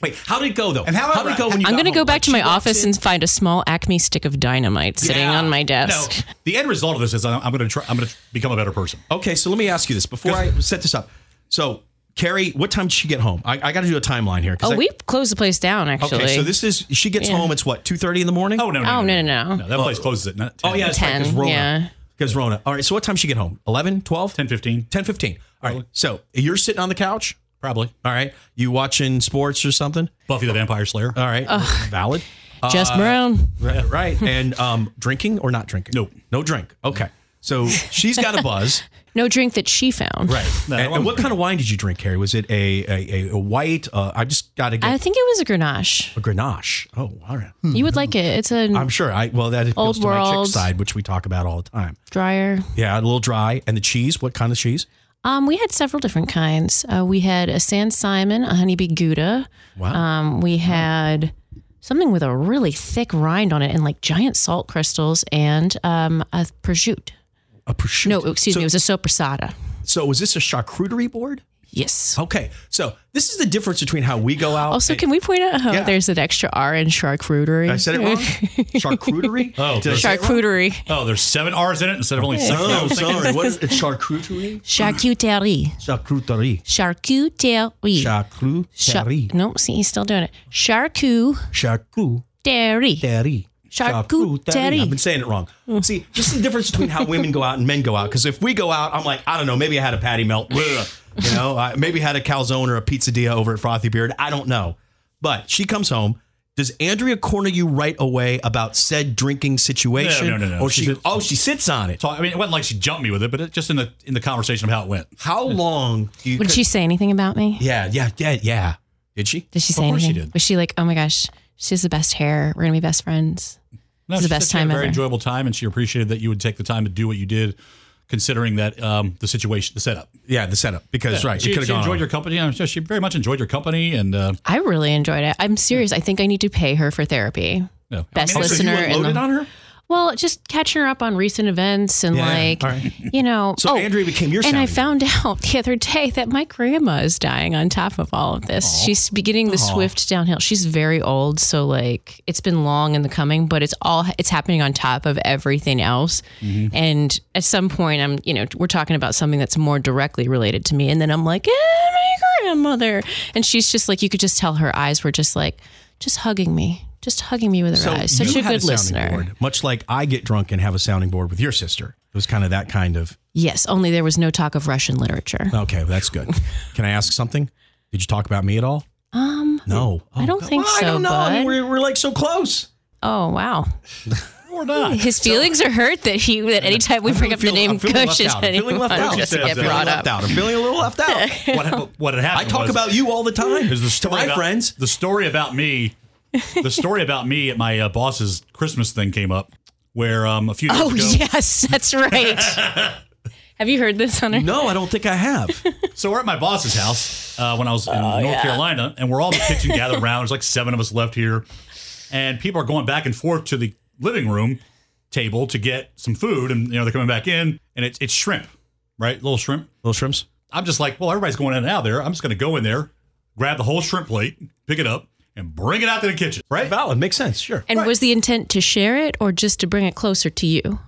S5: Wait, how did it go though? And
S8: how-
S5: how did it go when you?
S2: I'm
S5: got
S2: going to
S5: home?
S2: go back to my
S5: Like, she walks
S2: office
S5: in-
S2: and find a small Acme stick of dynamite sitting
S8: yeah.
S2: on my
S8: No,
S2: desk.
S8: the end result of this is I'm, I'm going to try. I'm going to become a better person. Oh,
S5: Okay, so let me ask you this before I set this up. So, Carrie, what time did she get home? I, I got to do a timeline here. 'cause
S2: Oh,
S5: I-
S2: we closed the place down actually.
S5: Okay, so this is she gets home. It's what two thirty in the morning.
S8: Oh no! no
S2: Oh,
S8: no!
S2: no, no, no.
S8: that place closes at not
S5: oh yeah, that's right, 'cause
S2: 10,
S5: Rona.
S2: yeah.
S5: Because Rona. All right, so what time did she get home? 11, 12?
S8: 10, 15.
S5: 10, 15. All right, so you're sitting on the couch.
S8: probably.
S5: All right, you watching sports or something.
S8: Buffy the Vampire Slayer.
S5: All right, valid. uh,
S2: Jess Brown.
S5: Right, right. and um, drinking or not drinking?
S8: Nope.
S5: no drink. Okay, so she's got a buzz.
S2: No drink that she found.
S5: Right.
S8: No,
S5: and,
S8: I
S5: and what
S8: wasn't.
S5: kind of wine did you drink, Carrie? Was it a a, a, a white? Uh, I just got to get
S2: I think it was a Grenache.
S5: a Grenache. Oh, all right.
S2: You would like it. It's a
S5: I'm sure. I well that goes
S2: Old
S5: to my chick
S2: world.
S5: side, which we talk about all the time.
S2: dryer.
S5: Yeah, a little dry, and the cheese. What kind of cheese?
S2: Um, we had several different kinds. Uh, we had a San Simon, a honeybee gouda.
S1: Wow.
S2: Um, we had something with a really thick rind on it and like giant salt crystals and um, a prosciutto.
S5: A prosciutto.
S2: No, excuse
S5: So-
S2: me, it was a sopressata.
S5: So was this a charcuterie board?
S2: Yes.
S5: Okay. So this is the difference between how we go out.
S2: Also, can we point out how
S5: Yeah.
S2: there's an extra R in charcuterie?
S5: I said it wrong. charcuterie.
S8: Oh,
S5: Did I say it wrong?
S2: Charcuterie.
S8: Oh, there's seven R's in it instead of only six. I
S5: Oh,
S8: was thinking-
S5: sorry. What is it? Charcuterie.
S2: Charcuterie.
S5: Charcuterie.
S2: Charcuterie. Char-
S5: Charcuterie.
S2: no, see, he's still doing it. Charcuterie.
S5: Charcuterie.
S2: Charcuterie.
S5: I've been saying it wrong. See, this is the difference between how women go out and men go out. Because if we go out, I'm like, I don't know, maybe I had a patty melt, bleh. you know, I maybe had a calzone or a pizzadilla over at Frothy Beard. I don't know. But she comes home. Does Andrea corner you right away about said drinking situation?
S8: No, no, no, no.
S5: Or
S8: She
S5: she,
S8: said-
S5: oh, she sits on it.
S8: So, I mean, it wasn't like she jumped me with it, but it, just in the in the conversation of how it went.
S5: How long do you?
S2: Would she say anything about me?
S5: yeah, yeah, yeah, yeah. Did she?
S2: Did she say
S8: course she
S2: anything?
S8: did.
S2: Was she like, oh my gosh, she has the best hair. We're going to be best friends?
S8: No,
S2: It was the
S8: she said
S2: best
S8: she had
S2: time
S8: a Very
S2: ever.
S8: enjoyable time, and she appreciated that you would take the time to do what you did, considering that um, the situation, the setup.
S5: Yeah, the setup. Because right,
S8: she,
S5: you could have
S8: she
S5: gone.
S8: enjoyed
S5: on.
S8: your company. and She very much enjoyed your company, and uh,
S2: I really enjoyed it. I'm serious. I think I need to pay her for therapy.
S8: no.
S2: Best
S8: I mean,
S5: Oh, so
S2: listener
S5: You
S2: in
S5: unloaded
S2: the-
S5: on her.
S2: Well, just catching her up on recent events and
S5: Yeah,
S2: like,
S5: all right.
S2: you know. oh,
S5: So Andrea became your
S2: And I
S5: sounding
S2: found out the other day that my grandma is dying on top of all of this. She's beginning the swift downhill. She's very old, so like it's been long in the coming, but it's all it's happening on top of everything else.
S5: Mm-hmm.
S2: And at some point, I'm you know we're talking about something that's more directly related to me, and then I'm like, eh, my grandmother, and she's just like you could just tell her eyes were just like just hugging me. Just hugging me with her eyes. Such
S5: you
S2: a
S5: had
S2: good
S5: sounding
S2: listener.
S5: board, much like I get drunk and have a sounding board with your sister. It was kind of that kind of.
S2: Yes, only there was no talk of Russian literature.
S5: Okay, well, that's good. Can I ask something? Did you talk about me at all?
S2: Um,
S5: No. Oh,
S2: I don't think
S5: Well,
S2: so,
S5: I don't know. I mean,
S2: bud.
S5: we're, we're like so close.
S2: oh wow,
S5: Or not.
S2: his feelings are hurt that he that anytime we bring up the name
S5: I'm feeling
S2: Kush,
S5: left out. I'm feeling left out.
S2: anyone just get
S5: I'm feeling
S2: brought
S5: left
S2: up.
S5: out. I'm feeling a little left out.
S8: what, hap- what had
S5: I
S8: happened?
S5: talk
S8: was-
S5: about you all the time.
S8: is the
S5: to
S8: story
S5: my
S8: about-
S5: friends.
S8: The story about me, the story about me at my uh, boss's Christmas thing came up, where um, a few days
S2: Oh
S8: ago.
S2: yes, that's right. Have you heard this, Hunter?
S5: No, I don't think I have.
S8: So we're at my boss's house uh, when I was in North Carolina, and we're all in the kitchen gathered around. There's like seven of us left here, and people are going back and forth to the living room table to get some food, and you know they're coming back in, and it's it's shrimp, right? Little shrimp.
S5: Little shrimps.
S8: I'm just like, well, everybody's going in and out there. I'm just going to go in there, grab the whole shrimp plate, pick it up, and bring it out to the kitchen, right?
S5: Valid. Makes sense. Sure.
S2: And was the intent to share it or just to bring it closer to you?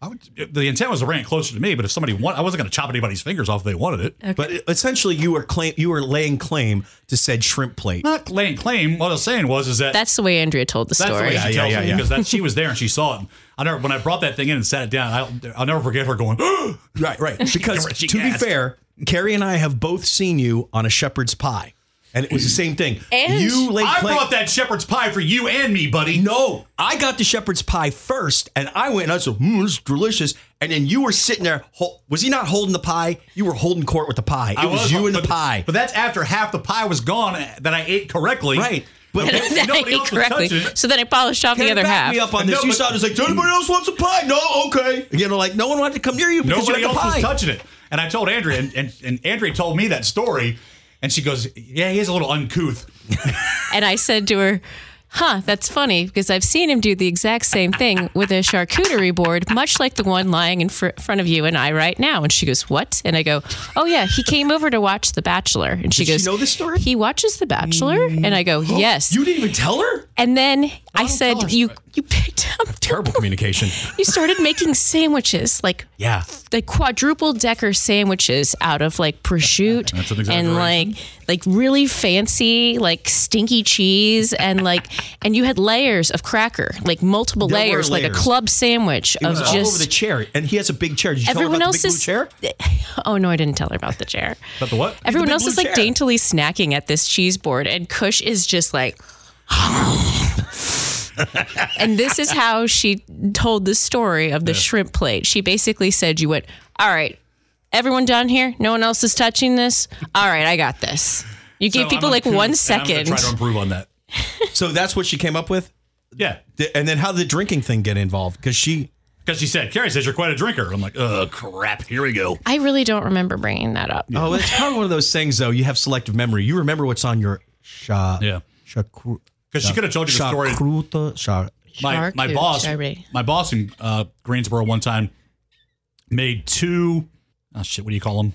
S8: I would, the intent was to bring it closer to me, but if somebody wanted, I wasn't going to chop anybody's fingers off if they wanted it.
S5: But essentially, you were claim you were laying claim to said shrimp plate.
S8: Not laying claim. What I was saying was is that
S2: That's the way Andrea told the
S8: That's the
S2: story.
S8: way she
S5: Yeah,
S8: tells
S5: yeah,
S8: it
S5: yeah.
S8: because that she was there and she saw it. I never when I brought that thing in and sat it down. I'll, I'll never forget her going.
S5: Right, right. Because
S8: She
S5: to be
S8: gasped.
S5: fair, Carrie and I have both seen you on a shepherd's pie, and it was the same thing.
S2: And-
S5: you laid
S8: I
S5: claim-
S8: brought that shepherd's pie for you and me, buddy.
S5: No, I got the shepherd's pie first, and I went and I said, "Mmm, this is delicious." And then you were sitting there. hol- Was he not holding the pie? You were holding court with the pie. It
S8: I
S5: was, you and the
S8: but-
S5: pie.
S8: But that's after half the pie was gone uh, that I ate correctly.
S5: Right. But-
S8: But
S2: That I
S8: nobody else was
S2: correctly.
S8: touching it.
S2: So then I polished off the
S5: Carrie
S2: other
S5: backed
S2: half.
S5: me up on this.
S8: No,
S5: you
S8: but-
S5: saw it. it was like, "Does anybody else want a pie?" No, okay. You know, like no one wanted to come near you because
S8: Nobody
S5: you had
S8: else
S5: the pie.
S8: was touching it. And I told Andrea, and, and, and Andrea told me that story. And she goes, "Yeah, he is a little uncouth."
S2: And I said to her, Huh, that's funny because I've seen him do the exact same thing with a charcuterie board, much like the one lying in fr- front of you and I right now. And she goes, What? And I go, Oh, yeah, he came over to watch The Bachelor. And she
S5: Did she
S2: goes,
S5: know this story? Mm-hmm.
S2: He watches The Bachelor? And I go, Yes.
S5: You Oh, didn't even tell her.
S2: and then I said, You you picked up,
S5: Terrible communication.
S2: you started making sandwiches, like
S5: Yeah.
S2: like quadruple decker sandwiches out of like prosciutto
S8: an
S2: and like like really fancy like stinky cheese and like and you had layers of cracker like multiple
S5: There were
S2: layers, like a
S5: layers.
S2: club sandwich
S5: It
S2: of
S5: was
S2: just
S5: all over the chair, and he has a big chair. Did you
S2: everyone
S5: tell her about
S2: else
S5: the big
S2: is
S5: blue chair?
S2: oh no I didn't tell her about the chair
S8: But the what?
S2: everyone
S5: big
S2: else
S5: blue
S2: is like
S5: chair.
S2: daintily snacking at this cheese board and Kush is just like and this is how she told the story of the shrimp plate. She basically said, "You went, all right, everyone done here. No one else is touching this. All right, I got this." You gave
S8: So
S2: people
S8: I'm
S2: like
S8: uncouth,
S2: one
S8: and I'm gonna
S2: second.
S8: try to improve on that.
S5: So that's what she came up with.
S8: Yeah.
S5: Th- And then how did the drinking thing get involved? Because she
S8: Because she said, Carrie says you're quite a drinker. I'm like, oh, crap. Here we go.
S2: I really don't remember bringing that up.
S5: Oh, it's probably one of those things though. You have selective memory. You remember what's on your sha.
S8: Yeah.
S5: Because
S8: Because she could have told you the story.
S5: Charcuta, sha.
S8: my, my
S2: Charcuterie.
S8: boss my boss in uh, Greensboro one time made two oh shit what do you call them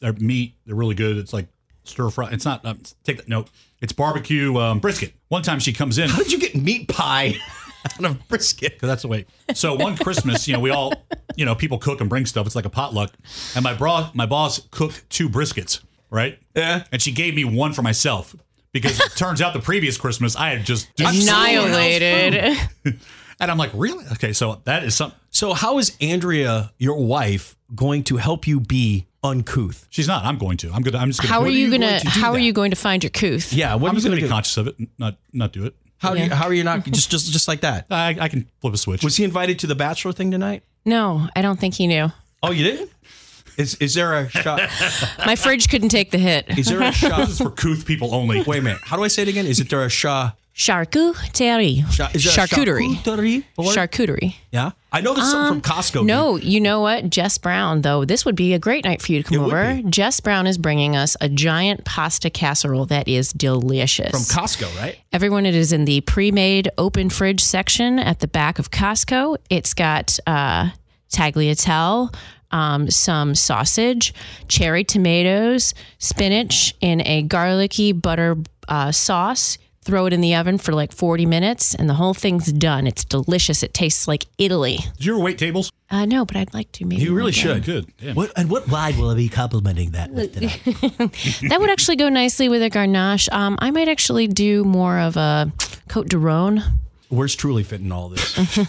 S8: they're meat they're really good it's like stir fry it's not um, take that note it's barbecue um, brisket one time she comes in
S5: How did you get meat pie out of brisket?
S8: 'Cause that's the way. So one Christmas, you know, we all, you know, people cook and bring stuff. It's like a potluck. And my bra, my boss cooked two briskets, right?
S5: Yeah.
S8: And she gave me one for myself because it turns out the previous Christmas I had just
S2: Annihilated.
S8: And I'm like, really? Okay, so that is something.
S5: So how is Andrea, your wife, going to help you be uncouth?
S8: She's not. I'm going to. I'm gonna. I'm just. Gonna,
S2: How are
S8: What
S2: you, gonna?
S8: going to do
S2: how are
S8: that?
S2: you going to find your couth?
S5: Yeah. What
S8: I'm
S5: are you
S8: just
S5: going
S8: gonna be
S5: to do?
S8: conscious of it. and Not not do it.
S5: How do you, how are you not just just just like that?
S8: I, I can flip a switch.
S5: Was he invited to the bachelor thing tonight?
S2: No, I don't think he knew.
S5: Oh, you didn't. Is is there a shot?
S2: My fridge couldn't take the hit.
S5: Is there a shot?
S8: this is for couth people only.
S5: Wait a minute. How do I say it again? Is it there a sha?
S2: Charcuterie.
S5: sha is there a
S2: charcuterie.
S5: charcuterie board?
S2: Charcuterie.
S5: yeah. I know this is something from Costco.
S2: No, you know what? Jess Brown, though, this would be a great night for you to come
S5: It would
S2: over. Jess Brown is bringing us a giant pasta casserole that is delicious.
S5: From Costco, right?
S2: Everyone, it is in the pre-made open fridge section at the back of Costco. It's got uh, tagliatelle, um, some sausage, cherry tomatoes, spinach in a garlicky butter uh, sauce. Throw it in the oven for like 40 minutes, and the whole thing's done. It's delicious. It tastes like Italy.
S8: Did you ever wait tables?
S2: Uh, no, but I'd like to. Maybe
S5: You
S2: one
S5: really
S2: day.
S5: should.
S8: Good. Damn.
S1: What and what wine will I be complimenting that with tonight?
S2: That would actually go nicely with a garnache. Um, I might actually do more of a Cote de Rhone.
S5: Where's truly fit in all this? do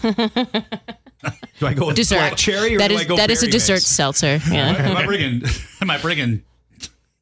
S5: I go with
S2: dessert.
S5: black cherry or
S2: That
S5: do
S2: is-
S5: I go
S2: that is a
S5: berry mix?
S2: dessert seltzer. Yeah.
S8: Am I bringing? Am I bringing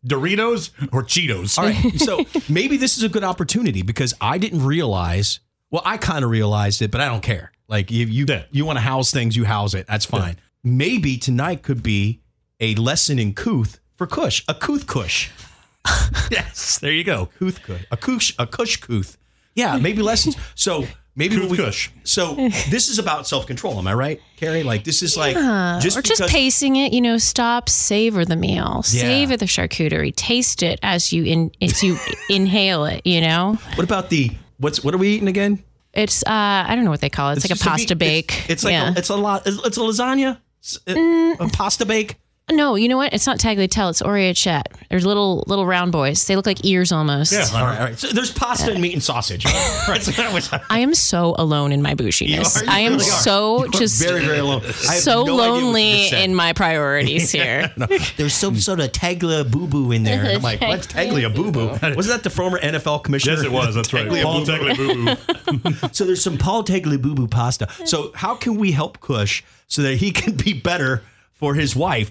S8: Doritos or Cheetos?
S5: All right. So maybe this is a good opportunity because I didn't realize. Well, I kind of realized it, but I don't care. Like you, you,
S8: Yeah.
S5: you want to house things, you house it. That's fine. Maybe tonight could be a lesson in couth for Kush, a couth Kush,
S8: Yes. There you go.
S5: couth Kush, a Kush, a Kush couth. Yeah, maybe lessons. So maybe
S8: Couth
S5: what we,
S8: Kush.
S5: So this is about self control. Am I right, Carrie? Like this is like just
S2: or just
S5: because-
S2: pacing it, you know, stop, savor the meal,
S5: Yeah.
S2: savor the charcuterie, taste it as you in as you inhale it, you know?
S5: What about the what's what are we eating again?
S2: It's uh I don't know what they call it. It's, like a
S5: just
S2: pasta
S5: meat-
S2: bake.
S5: It's, it's like
S2: yeah. Mm.
S5: a, it's a lot. It's, it's a lasagna. It's a- a pasta bake.
S2: no, you know what? It's not tagliatelle, it's oreochette. There's little little round boys. They look like ears almost.
S8: Yeah.
S5: All right, all right. So there's pasta and meat and sausage. right. So that was-
S2: I am so alone in my
S5: You
S2: bouginess.
S5: are- you
S2: I am
S5: really are.
S2: so
S5: You are
S2: just
S5: very very alone. I have
S2: so
S5: no idea what you
S2: lonely
S5: just said.
S2: in my priorities here.
S1: There's some sort of tagla boo boo in there.
S5: I'm like, what's Taglia Boo Boo? Wasn't that the former NFL commissioner?
S8: Yes, it was. That's right.
S5: Taglia
S8: Paul
S5: Boo Boo.
S8: Teglia Boo Boo.
S5: So there's some Paul Taglia Boo Boo pasta. So how can we help Kush so that he can be better for his wife?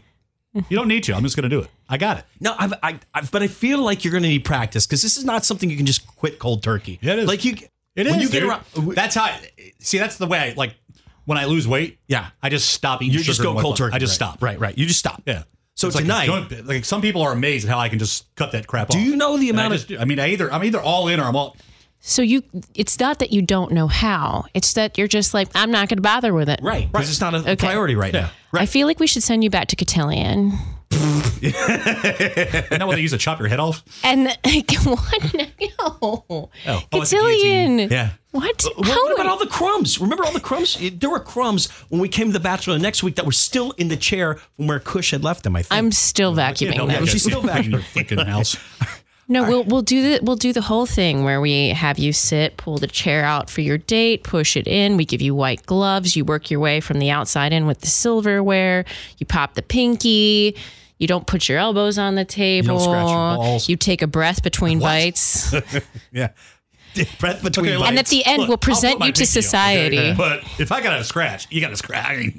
S8: You don't need to. I'm just gonna do it. I got it.
S5: No, I've, I, I've, but I feel like you're going to need practice because this is not something you can just quit cold turkey.
S8: Yeah, it is.
S5: Like you,
S8: It
S5: when
S8: is,
S5: you get
S8: dude.
S5: around, uh,
S8: That's how. I, see, that's the way. I, like when I lose weight,
S5: Yeah.
S8: I just stop eating.
S5: you
S8: sugar
S5: just
S8: and
S5: go
S8: white
S5: cold
S8: flour.
S5: turkey.
S8: I just
S5: right,
S8: stop.
S5: Right, right. You just stop.
S8: Yeah.
S5: So
S8: It's like a
S5: tonight,
S8: joint- like some people are amazed at how I can just cut that crap off.
S5: do you know the
S8: And
S5: amount
S8: I,
S5: of
S8: just do. I mean, I either I'm either all in or I'm all.
S2: So you, it's not that you don't know how. It's that you're just like, I'm not going to bother with it.
S5: right? Because it's not a priority right now.
S2: I feel like we should send you back to Cotillion.
S8: Isn't that what they use to chop your head off?
S2: And what? No.
S8: Oh, it's a
S2: Cotillion.
S8: guillotine. Yeah.
S2: What?
S5: What,
S2: How
S5: what about all the crumbs? Remember all the crumbs? There were crumbs when we came to The Bachelor the next week that were still in the chair from where Kush had left them. I think.
S2: I'm still
S8: No,
S2: vacuuming them.
S8: yeah,
S5: She's still
S8: yeah,
S5: back.
S8: in your freaking house.
S2: No, we'll we'll do the we'll do the whole thing where we have you sit, pull the chair out for your date, push it in. We give you white gloves. You work your way from the outside in with the silverware. You pop the pinky. You don't put your elbows on the table.
S5: don't scratch your balls.
S2: You take a breath between bites.
S5: yeah. Breath between
S8: Okay,
S5: bites.
S2: And at the end,
S8: Look,
S2: we'll
S8: I'll put
S2: present
S8: my
S2: you to
S8: pinky up.
S2: society.
S8: But if I got a scratch, you got a scratch.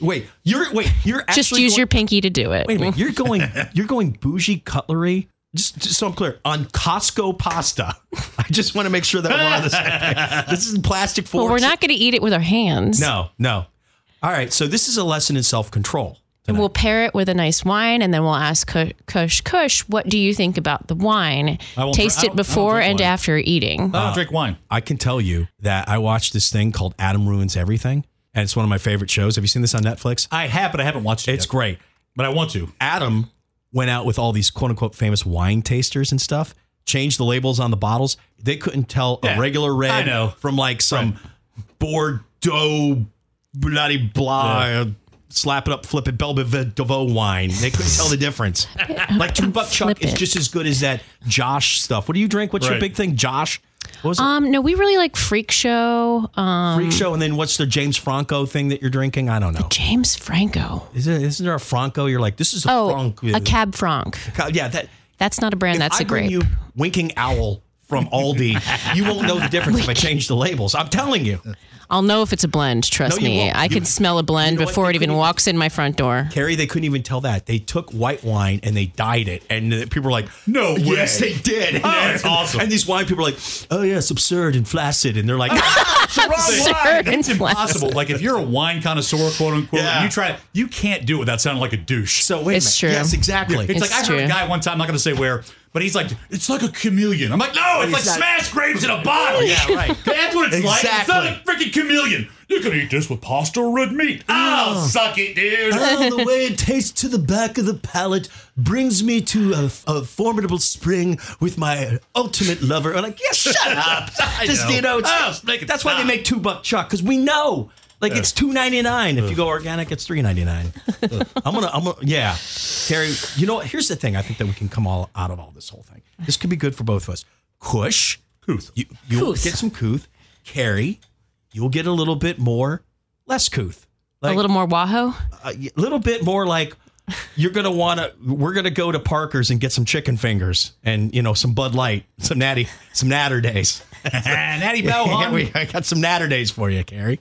S5: wait, you're wait, you're actually
S2: Just use
S5: going-
S2: your pinky to do it.
S5: Wait a minute, you're going you're going bougie cutlery. Just, just so I'm clear, on Costco pasta. I just want to make sure that we're on the same page. This is plastic
S2: Well,
S5: forks.
S2: we're not going to eat it with our hands.
S5: No, no. All right, so this is a lesson in self control.
S2: And we'll pair it with a nice wine, and then we'll ask Ku- Kush, Kush, what do you think about the wine?
S8: I won't
S2: Taste
S8: drink- I
S2: it
S8: don't- I don't
S2: before
S8: drink
S2: and
S8: wine.
S2: after eating.
S5: Uh,
S8: I don't drink wine.
S5: I can tell you that I watched this thing called Adam Ruins Everything. and it's one of my favorite shows. Have you seen this on Netflix?
S8: I have, but I haven't watched it.
S5: It's
S8: yet.
S5: great.
S8: but I want to.
S5: Adam went out with all these quote unquote famous wine tasters and stuff, changed the labels on the bottles. They couldn't tell
S8: Yeah,
S5: a regular red
S8: I know.
S5: from like some Bordeaux bloody blah. Slap it up, flip it, Belvedere wine. They couldn't tell the difference. Like two buck chuck
S2: Flip
S5: is
S2: it.
S5: just as good as that Josh stuff. What do you drink? What's your
S8: Right.
S5: big thing, Josh? What was it?
S2: Um, no, we really like Freak Show. Um,
S5: Freak show, and then what's the James Franco thing that you're drinking? I don't know.
S2: James Franco.
S5: Is it, isn't there a Franco? You're like, this is a
S2: Oh,
S5: Franco.
S2: a Cab Franc.
S5: Yeah, that
S2: That's not a brand. that's
S5: I
S2: a grape.
S5: bring you winking owl from Aldi. you won't know the difference if I change the labels. I'm telling you.
S8: Uh.
S2: I'll know if it's a blend. Trust
S5: No, you
S2: me.
S5: won't.
S2: I
S5: You-
S2: can smell a blend
S5: you know what?
S2: before
S5: They
S2: it even
S5: couldn't-
S2: walks in my front door.
S5: Carrie, they couldn't even tell that. They took white wine and they dyed it. And the people were like,
S8: No way.
S5: Yes, they did.
S8: Oh,
S5: and,
S8: that's awesome.
S5: And these wine people are like, oh, yes, absurd and flaccid. And they're like,
S2: Absurd
S8: It's
S2: and flaccid.
S8: impossible. Like if you're a wine connoisseur, quote unquote,
S5: Yeah.
S8: and you try, you can't do it without sounding like a douche.
S5: so wait
S2: It's
S5: a
S2: true.
S5: minute. Yes, exactly.
S8: It's,
S2: It's
S8: like I heard
S2: true.
S8: a guy one time. I'm not going to say where, but he's like, "It's like a chameleon." I'm like, "No, it's like smashed grapes in a bottle." Yeah, right. That's what it's like. It's not a freaking chameleon. You can eat this with pasta or red meat. Oh, suck it, dude.
S5: Oh, the way it tastes to the back of the palate brings me to a, a formidable spring with my ultimate lover. I'm like, yeah, shut up. Just
S8: know.
S5: you know, it's-
S8: Oh, just make it
S5: that's why they
S8: stop.
S5: make two buck chuck because we know. Like it's two ninety nine. If you go organic, it's three ninety nine. I'm gonna, I'm gonna, yeah. Terry, you know what? Here's the thing. I think that we can come all out of all this whole thing. This could be good for both of us. Kush, couth. You, you'll
S2: Couth.
S5: get some couth. Carrie, you'll get a little bit more, less couth.
S2: a little more Wahoo.
S5: a little bit more like you're gonna want to. We're gonna go to Parker's and get some chicken fingers and you know some Bud Light, some Natty, some Natter Days.
S8: Natty Bell,
S5: Yeah,
S8: huh?
S5: we- I got some Natter Days for you, Carrie.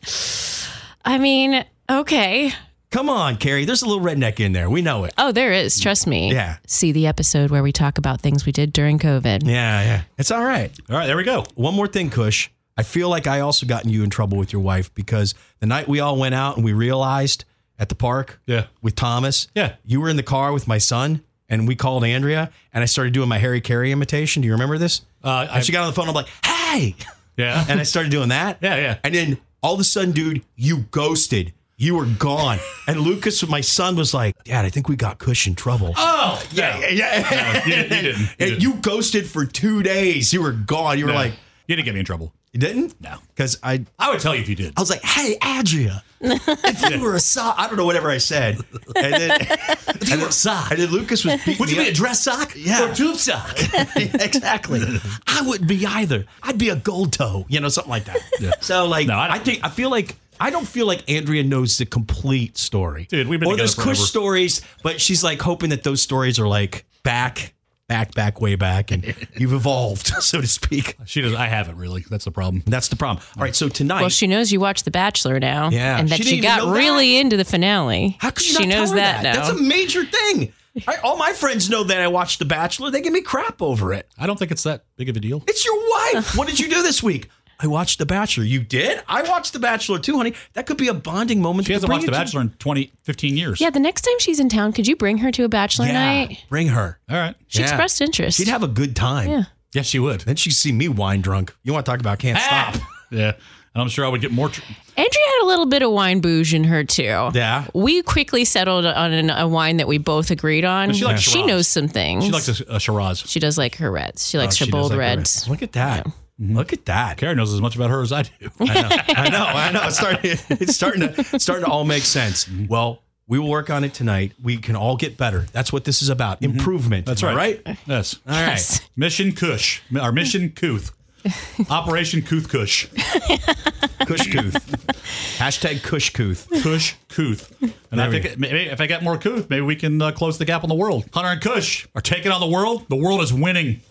S2: I mean, okay.
S5: Come on, Carrie. There's a little redneck in there. We know it.
S2: Oh, there is. Trust me.
S5: Yeah.
S2: See the episode where we talk about things we did during COVID.
S5: Yeah, yeah. It's all right.
S8: All right, there we go.
S5: One more thing, Kush. I feel like I also gotten you in trouble with your wife because the night we all went out and we realized at the park
S8: Yeah.
S5: with Thomas,
S8: Yeah.
S5: you were in the car with my son and we called Andrea and I started doing my Harry Carey imitation. Do you remember this?
S8: Uh,
S5: and she got on the phone. I'm like, hey.
S8: Yeah.
S5: And I started doing that.
S8: Yeah, yeah.
S5: And then all of a sudden, dude, you ghosted. You were gone. and Lucas, my son, was like, Dad, I think we got Kush in trouble.
S8: Oh, yeah.
S5: yeah.
S8: you didn't- you didn't. You
S5: And
S8: didn't.
S5: you ghosted for two days. You were gone. You were like,
S8: you didn't get me in trouble.
S5: you didn't?
S8: No.
S5: Because I,
S8: I would tell you if you did.
S5: I was like, hey, Adria, if you were a sock, I don't know, whatever I said. And then, if you were a sock. And then Lucas was beating
S8: Would you
S5: me
S8: be a
S5: up.
S8: dress sock
S5: Yeah.
S8: or a tube sock?
S5: exactly. I wouldn't be either. I'd be a gold toe, you know, something like that. So like,
S8: No, I
S5: I,
S8: don't-
S5: think I feel like I don't feel like Andrea knows the complete story,
S8: Dude, we've been
S5: or
S8: together
S5: those Kush
S8: forever.
S5: stories, but she's like hoping that those stories are like back, back, back, way back, and you've evolved, so to speak.
S8: She does. I haven't really. That's the problem.
S5: That's the problem. All right, so tonight.
S2: Well, she knows you watch The Bachelor now.
S5: Yeah.
S2: And that
S5: She
S2: she,
S5: didn't even know
S2: got
S5: that.
S2: really into the finale.
S5: how could you
S2: she
S5: not
S2: knows
S5: tell her
S2: that, now.
S5: That's a major thing. I, all my friends know that I watched The Bachelor. They give me crap over it.
S8: I don't think it's that big of a deal.
S5: It's your wife. What did you do this week? I watched The Bachelor. You did? I watched The Bachelor too, honey. That could be a bonding moment.
S8: She
S5: that could
S8: hasn't
S5: bring
S8: watched The
S5: you to-
S8: Bachelor in 20, 15 years.
S2: yeah, the next time she's in town, could you bring her to a Bachelor
S5: Yeah,
S2: night?
S5: bring her.
S8: All right.
S2: She
S5: Yeah.
S2: expressed interest.
S5: She'd have a good time.
S2: Yeah.
S8: Yes, she would.
S5: Then she'd see me wine drunk. You want to talk about can't
S8: Ah.
S5: stop?
S8: Yeah. And I'm sure I would get more. Tr-
S2: Andrea had a little bit of wine bouge in her too.
S5: Yeah.
S2: We quickly settled on an, a wine that we both agreed on.
S8: But she likes Shiraz.
S2: knows some things.
S8: she likes a, a Shiraz.
S2: She does like her reds. She likes
S5: Oh,
S2: her
S5: she does
S2: bold
S5: like her
S2: reds.
S5: Look at that. Mm-hmm. Look at that.
S8: Karen knows as much about her as I do.
S5: I know. I know. I know. It's starting. It's starting to it's starting to all make sense.
S8: Mm-hmm.
S5: Well, we will work on it tonight. We can all get better. That's what this is about. Improvement.
S8: Mm-hmm. That's
S5: Am I
S8: right.
S5: Right.
S8: Yes.
S5: All right.
S2: Yes.
S8: Mission Kush. Our Mission Kuth. Operation Kuth Kush.
S5: Cushcooth. Hashtag Cushcooth.
S8: Kush Kuth. And I
S5: There we
S8: think it- maybe if I get more Kuth, maybe we can uh, close the gap on the world. Hunter and Kush are taking on the world. The world is winning.